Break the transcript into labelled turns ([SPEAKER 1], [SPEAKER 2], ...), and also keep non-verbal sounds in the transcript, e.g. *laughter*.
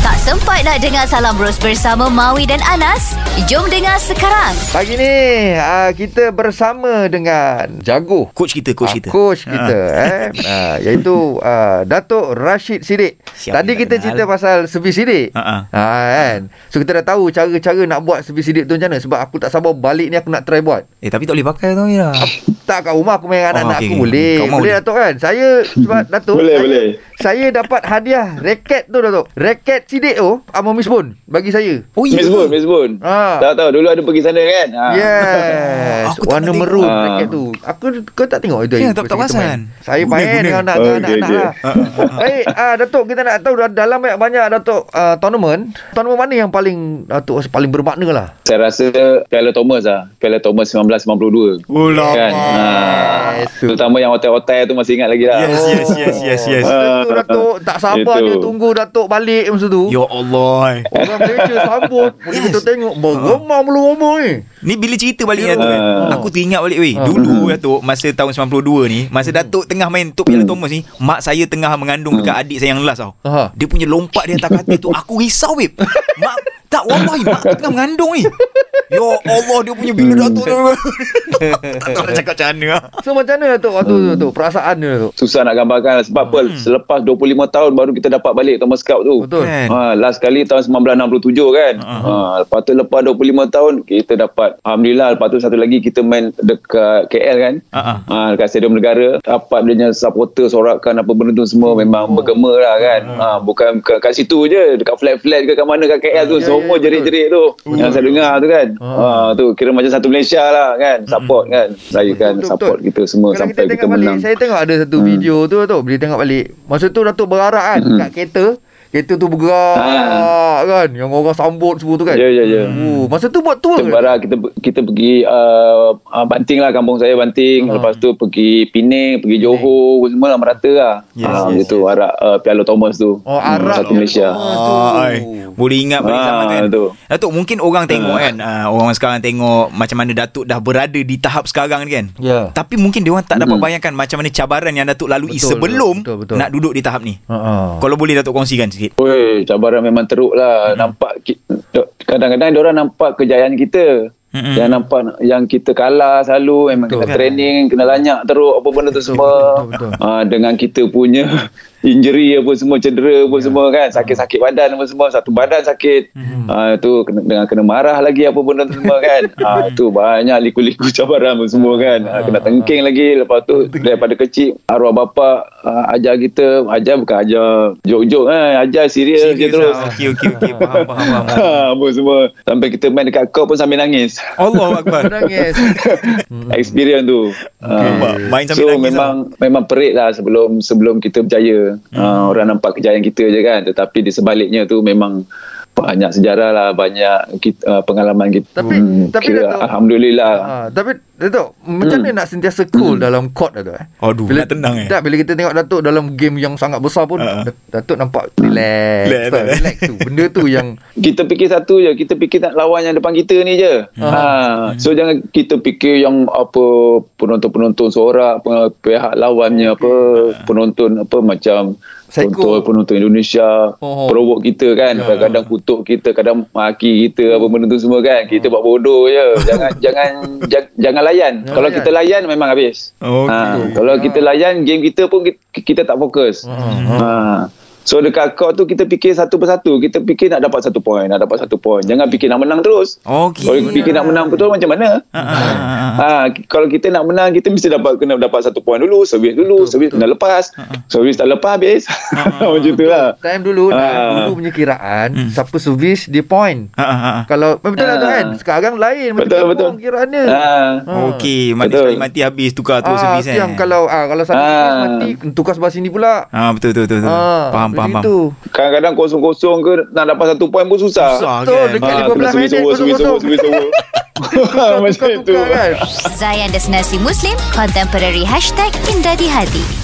[SPEAKER 1] Tak sempat nak dengar Salam Bros bersama Maui dan Anas? Jom dengar sekarang.
[SPEAKER 2] Pagi ni uh, kita bersama dengan jago
[SPEAKER 3] Coach kita, coach kita.
[SPEAKER 2] coach kita eh uh, iaitu uh, Datuk Rashid Sidik. Tadi
[SPEAKER 3] Siapa yang tak
[SPEAKER 2] kita
[SPEAKER 3] kenal?
[SPEAKER 2] cerita pasal sebi sidik.
[SPEAKER 3] Ha,
[SPEAKER 2] Ha, kan. So kita dah tahu cara-cara nak buat sebi sidik tu macam mana sebab aku tak sabar balik ni aku nak try buat.
[SPEAKER 3] Eh tapi tak boleh pakai tau Ira.
[SPEAKER 2] Tak kat rumah aku main dengan
[SPEAKER 3] Oh,
[SPEAKER 2] anak-anak
[SPEAKER 3] okey,
[SPEAKER 2] aku
[SPEAKER 3] okey.
[SPEAKER 2] boleh.
[SPEAKER 3] Kau
[SPEAKER 2] Boleh,
[SPEAKER 3] mahu ni?
[SPEAKER 2] Datuk kan? Saya sebab Datuk
[SPEAKER 4] Boleh,
[SPEAKER 2] saya,
[SPEAKER 4] boleh.
[SPEAKER 2] Saya dapat hadiah raket tu Datuk. Raket sidik tu Amami Spoon bagi saya.
[SPEAKER 3] Oh
[SPEAKER 4] Miss Boon, Miss Boon.
[SPEAKER 2] Ha.
[SPEAKER 4] Tahu tahu dulu ada pergi sana kan? Ha.
[SPEAKER 2] Yes
[SPEAKER 3] Aku
[SPEAKER 2] Warna
[SPEAKER 3] tak pernah tengok.
[SPEAKER 2] merun
[SPEAKER 4] Ah.
[SPEAKER 2] raket tu Aku Kau tak tengok itu Ayu?
[SPEAKER 3] Ya, tak-
[SPEAKER 2] Kau kita
[SPEAKER 3] tak perasan.
[SPEAKER 2] main. Saya
[SPEAKER 3] Guna,
[SPEAKER 2] main
[SPEAKER 3] guna.
[SPEAKER 2] dengan anak
[SPEAKER 4] Okey,
[SPEAKER 2] dengan anak-anak
[SPEAKER 4] okey.
[SPEAKER 2] lah
[SPEAKER 3] ah,
[SPEAKER 2] Baik ah, Datuk kita nak tahu dah- Dalam banyak-banyak Datuk ah, Tournament Tournament mana yang paling Datuk rasa paling bermakna lah
[SPEAKER 4] *laughs* Saya rasa Piala Thomas lah. Piala Thomas 1992.
[SPEAKER 3] Oh lah.
[SPEAKER 4] Kan? Ha.
[SPEAKER 2] Yes, tu.
[SPEAKER 4] Terutama yang hotel-hotel tu masih ingat lagi lah.
[SPEAKER 3] Yes, yes, yes, yes, yes.
[SPEAKER 2] Masa tu Datuk Tak sabar
[SPEAKER 4] Ah. Itu.
[SPEAKER 2] dia tunggu Datuk balik masa tu
[SPEAKER 3] Ya Allah. eh.
[SPEAKER 2] Orang Malaysia sambut Boleh
[SPEAKER 3] Yes.
[SPEAKER 2] kita tengok Bergemar melumur ni
[SPEAKER 3] Ni bila cerita balik ya, tu,
[SPEAKER 4] Ah.
[SPEAKER 3] aku teringat balik weh.
[SPEAKER 2] Ah.
[SPEAKER 4] Hmm.
[SPEAKER 3] Dulu Datuk masa tahun 92 ni, masa Datuk tengah main Tok Piala Thomas ni, mak saya tengah mengandung
[SPEAKER 4] Hmm.
[SPEAKER 3] dekat adik saya yang last tau.
[SPEAKER 2] Aha.
[SPEAKER 3] Dia punya lompat dia atas katil tu aku risau weh. Mak tak wallahi mak aku tengah mengandung ni. Ya Allah dia punya bila Datuk tu.
[SPEAKER 2] *laughs*
[SPEAKER 3] tak tahu nak cakap macam mana. lah.
[SPEAKER 2] So macam mana Datuk Waktu tu Datuk Perasaan dia Datuk
[SPEAKER 4] Susah nak gambarkan lah. sebab apa selepas 25 tahun baru kita dapat balik Thomas Cup tu.
[SPEAKER 2] Betul
[SPEAKER 3] Kan?
[SPEAKER 4] Ha, last kali tahun 1967 kan. Ha, lepas tu lepas 25 tahun kita dapat alhamdulillah lepas tu satu lagi kita main dekat KL kan.
[SPEAKER 2] Ah,
[SPEAKER 3] Ha,
[SPEAKER 4] Ha, dekat Stadium Negara dapat dia punya supporter sorakan apa benda tu semua memang
[SPEAKER 2] Oh.
[SPEAKER 4] bergema lah kan.
[SPEAKER 2] Hmm.
[SPEAKER 4] Ha, bukan kat, kat situ je dekat flat-flat ke kat mana kat KL tu
[SPEAKER 2] Ya, ya,
[SPEAKER 4] semua
[SPEAKER 2] betul. Hmm.
[SPEAKER 4] jerit-jerit tu yang saya dengar tu kan. Ha, tu kira macam satu Malaysia lah kan support kan. Saya kan
[SPEAKER 2] Hmm. Betul,
[SPEAKER 4] support
[SPEAKER 2] betul.
[SPEAKER 4] kita semua
[SPEAKER 2] Kalau
[SPEAKER 4] sampai kita
[SPEAKER 2] tengok balik,
[SPEAKER 4] menang.
[SPEAKER 2] Saya tengok ada satu hmm. video tu Datuk Bila tengok balik Masa tu Datuk berarak kan Kat kereta Kereta tu bergerak
[SPEAKER 4] Hmm. Ah.
[SPEAKER 2] kan Yang orang sambut semua tu kan
[SPEAKER 4] Ya ya ya.
[SPEAKER 2] Oh, Masa tu buat tour
[SPEAKER 4] kita
[SPEAKER 2] ke?
[SPEAKER 4] bara kita kita pergi uh, uh, Banting lah kampung saya Banting hmm. lepas tu pergi Penang pergi Johor semua lah merata lah
[SPEAKER 3] Yes,
[SPEAKER 4] yes, ha,
[SPEAKER 3] yes,
[SPEAKER 4] yes, gitu yes. arak uh, Piala Thomas tu
[SPEAKER 2] Oh
[SPEAKER 4] Hmm,
[SPEAKER 2] Arab
[SPEAKER 4] satu Malaysia
[SPEAKER 2] Oh, tu.
[SPEAKER 3] Ah, Ai, boleh ingat balik
[SPEAKER 4] Ah,
[SPEAKER 3] zaman tu kan.
[SPEAKER 4] tu.
[SPEAKER 3] Datuk mungkin orang tengok kan ah, orang sekarang tengok macam mana Datuk dah berada di tahap sekarang ni kan.
[SPEAKER 2] Ya.
[SPEAKER 3] Tapi mungkin dia orang tak
[SPEAKER 4] Hmm.
[SPEAKER 3] dapat bayangkan macam mana cabaran yang Datuk lalui
[SPEAKER 2] Betul,
[SPEAKER 3] sebelum
[SPEAKER 2] betul, Ah. betul.
[SPEAKER 3] nak duduk di tahap ni.
[SPEAKER 2] Ha-ha.
[SPEAKER 3] Kalau boleh Datuk kongsikan sikit.
[SPEAKER 4] Oi, cabaran memang teruk
[SPEAKER 2] Hmm.
[SPEAKER 4] lah. Nampak ki- kadang-kadang orang nampak kejayaan kita.
[SPEAKER 3] Mm-mm.
[SPEAKER 4] Yang nampak yang kita kalah selalu memang
[SPEAKER 2] Hmm. Betul. kan?
[SPEAKER 4] kena training, kena lanyak teruk apa benda tu semua.
[SPEAKER 2] betul, betul.
[SPEAKER 4] Ah, dengan kita punya *laughs* injury apa semua,
[SPEAKER 2] Ya.
[SPEAKER 4] cedera apa semua kan, sakit-sakit
[SPEAKER 3] Hmm.
[SPEAKER 4] badan apa semua, satu badan sakit. Ah tu kena, dengan kena marah lagi apa benda tu semua
[SPEAKER 3] *laughs*
[SPEAKER 4] kan. ah tu banyak liku-liku cabaran apa semua kan. Ah, kena tengking lagi lepas tu daripada kecil arwah bapa ah, ajar kita, ajar bukan ajar jok-jok eh, ajar serius je
[SPEAKER 3] Serius
[SPEAKER 4] terus.
[SPEAKER 3] lah. Okey okey okey faham faham faham.
[SPEAKER 4] Ha, *laughs* apa semua sampai kita main dekat kau pun sambil nangis.
[SPEAKER 3] Allahu akbar.
[SPEAKER 2] Menangis
[SPEAKER 4] *laughs* Experience tu. Ah.
[SPEAKER 3] Nampak? Main sambil
[SPEAKER 4] so
[SPEAKER 3] nangis
[SPEAKER 4] memang memang perit lah sebelum sebelum kita berjaya.
[SPEAKER 3] Hmm.
[SPEAKER 4] Ah, orang nampak kejayaan kita je kan tetapi di sebaliknya tu memang banyak sejarah lah banyak kita, ah, pengalaman kita. Hmm,
[SPEAKER 2] Tapi- tapi
[SPEAKER 4] kira,
[SPEAKER 2] Dato'-
[SPEAKER 4] alhamdulillah.
[SPEAKER 2] Ha, tapi Datuk Macam
[SPEAKER 4] Hmm.
[SPEAKER 2] mana nak sentiasa cool Dalam court Datuk eh?
[SPEAKER 3] Aduh, nak tenang, eh?
[SPEAKER 2] Tak bila kita tengok Datuk Dalam game yang sangat besar pun
[SPEAKER 3] Ha.
[SPEAKER 2] Datuk nampak
[SPEAKER 4] Hmm.
[SPEAKER 2] Relax
[SPEAKER 3] Relax,
[SPEAKER 2] tau,
[SPEAKER 3] relax.
[SPEAKER 2] Relax tu Benda tu
[SPEAKER 4] *laughs*
[SPEAKER 2] yang
[SPEAKER 4] kita fikir satu je kita fikir tak lawan yang depan kita ni je
[SPEAKER 3] Hmm.
[SPEAKER 4] ha. so jangan kita fikir yang apa penonton-penonton sorak pe- pihak lawannya apa
[SPEAKER 3] Hmm.
[SPEAKER 4] penonton apa macam
[SPEAKER 2] Psycho.
[SPEAKER 4] penonton penonton Indonesia
[SPEAKER 2] Oh.
[SPEAKER 4] perowok kita kan kadang-kadang kutuk kita kadang maki kita apa benda tu semua kan kita buat bodoh je jangan jangan jang- jangan layan
[SPEAKER 2] Jangan
[SPEAKER 4] kalau
[SPEAKER 2] layan.
[SPEAKER 4] kita layan memang habis
[SPEAKER 3] Okey.
[SPEAKER 4] ha. kalau kita layan game kita pun kita, kita tak fokus ha. So dekat kau tu kita fikir satu persatu. Kita fikir nak dapat satu poin, nak dapat satu poin. Jangan fikir nak menang terus.
[SPEAKER 3] Okey.
[SPEAKER 4] Kalau fikir nak menang betul macam mana?
[SPEAKER 3] Ah, ah, ah, ah.
[SPEAKER 4] Ha, ki- kalau kita nak menang kita mesti dapat kena dapat satu poin dulu, servis dulu, servis kena lepas.
[SPEAKER 2] Ah,
[SPEAKER 4] Servis tak lepas habis. *laughs* Macam tu lah.
[SPEAKER 2] Time dulu
[SPEAKER 4] Ah.
[SPEAKER 2] Dulu punya kiraan
[SPEAKER 3] Hmm.
[SPEAKER 2] Siapa servis Dia point
[SPEAKER 3] Ah, ah, ah.
[SPEAKER 2] Kalau betul lah tu
[SPEAKER 4] Ah.
[SPEAKER 2] kan Sekarang lain macam
[SPEAKER 4] Betul
[SPEAKER 2] kampung
[SPEAKER 4] betul.
[SPEAKER 2] Kiraan dia
[SPEAKER 4] Ha.
[SPEAKER 3] Okey, mati
[SPEAKER 4] Betul.
[SPEAKER 3] sekali mati habis tukar terus
[SPEAKER 2] Ah,
[SPEAKER 3] servis
[SPEAKER 2] tu
[SPEAKER 3] kan.
[SPEAKER 2] yang kalau ah, Kalau satu
[SPEAKER 4] Ah.
[SPEAKER 2] servis mati Tukar sebelah sini pula
[SPEAKER 3] Ah betul betul betul. betul.
[SPEAKER 2] Ah,
[SPEAKER 3] faham faham faham.
[SPEAKER 2] begitu.
[SPEAKER 4] Kadang-kadang kosong-kosong ke nak dapat satu poin pun susah.
[SPEAKER 3] Susah
[SPEAKER 2] Tu
[SPEAKER 3] kan.
[SPEAKER 2] dekat
[SPEAKER 4] Ha,
[SPEAKER 2] 15
[SPEAKER 4] kena servis
[SPEAKER 2] minit
[SPEAKER 4] over, servis over,
[SPEAKER 2] kosong-kosong.
[SPEAKER 4] servis
[SPEAKER 2] *laughs*
[SPEAKER 4] Ah, over. *laughs* Macam
[SPEAKER 2] Tukar-tukar
[SPEAKER 4] itu.
[SPEAKER 2] kan
[SPEAKER 1] Zayan Destinasi Muslim Contemporary Hashtag Indah di Hati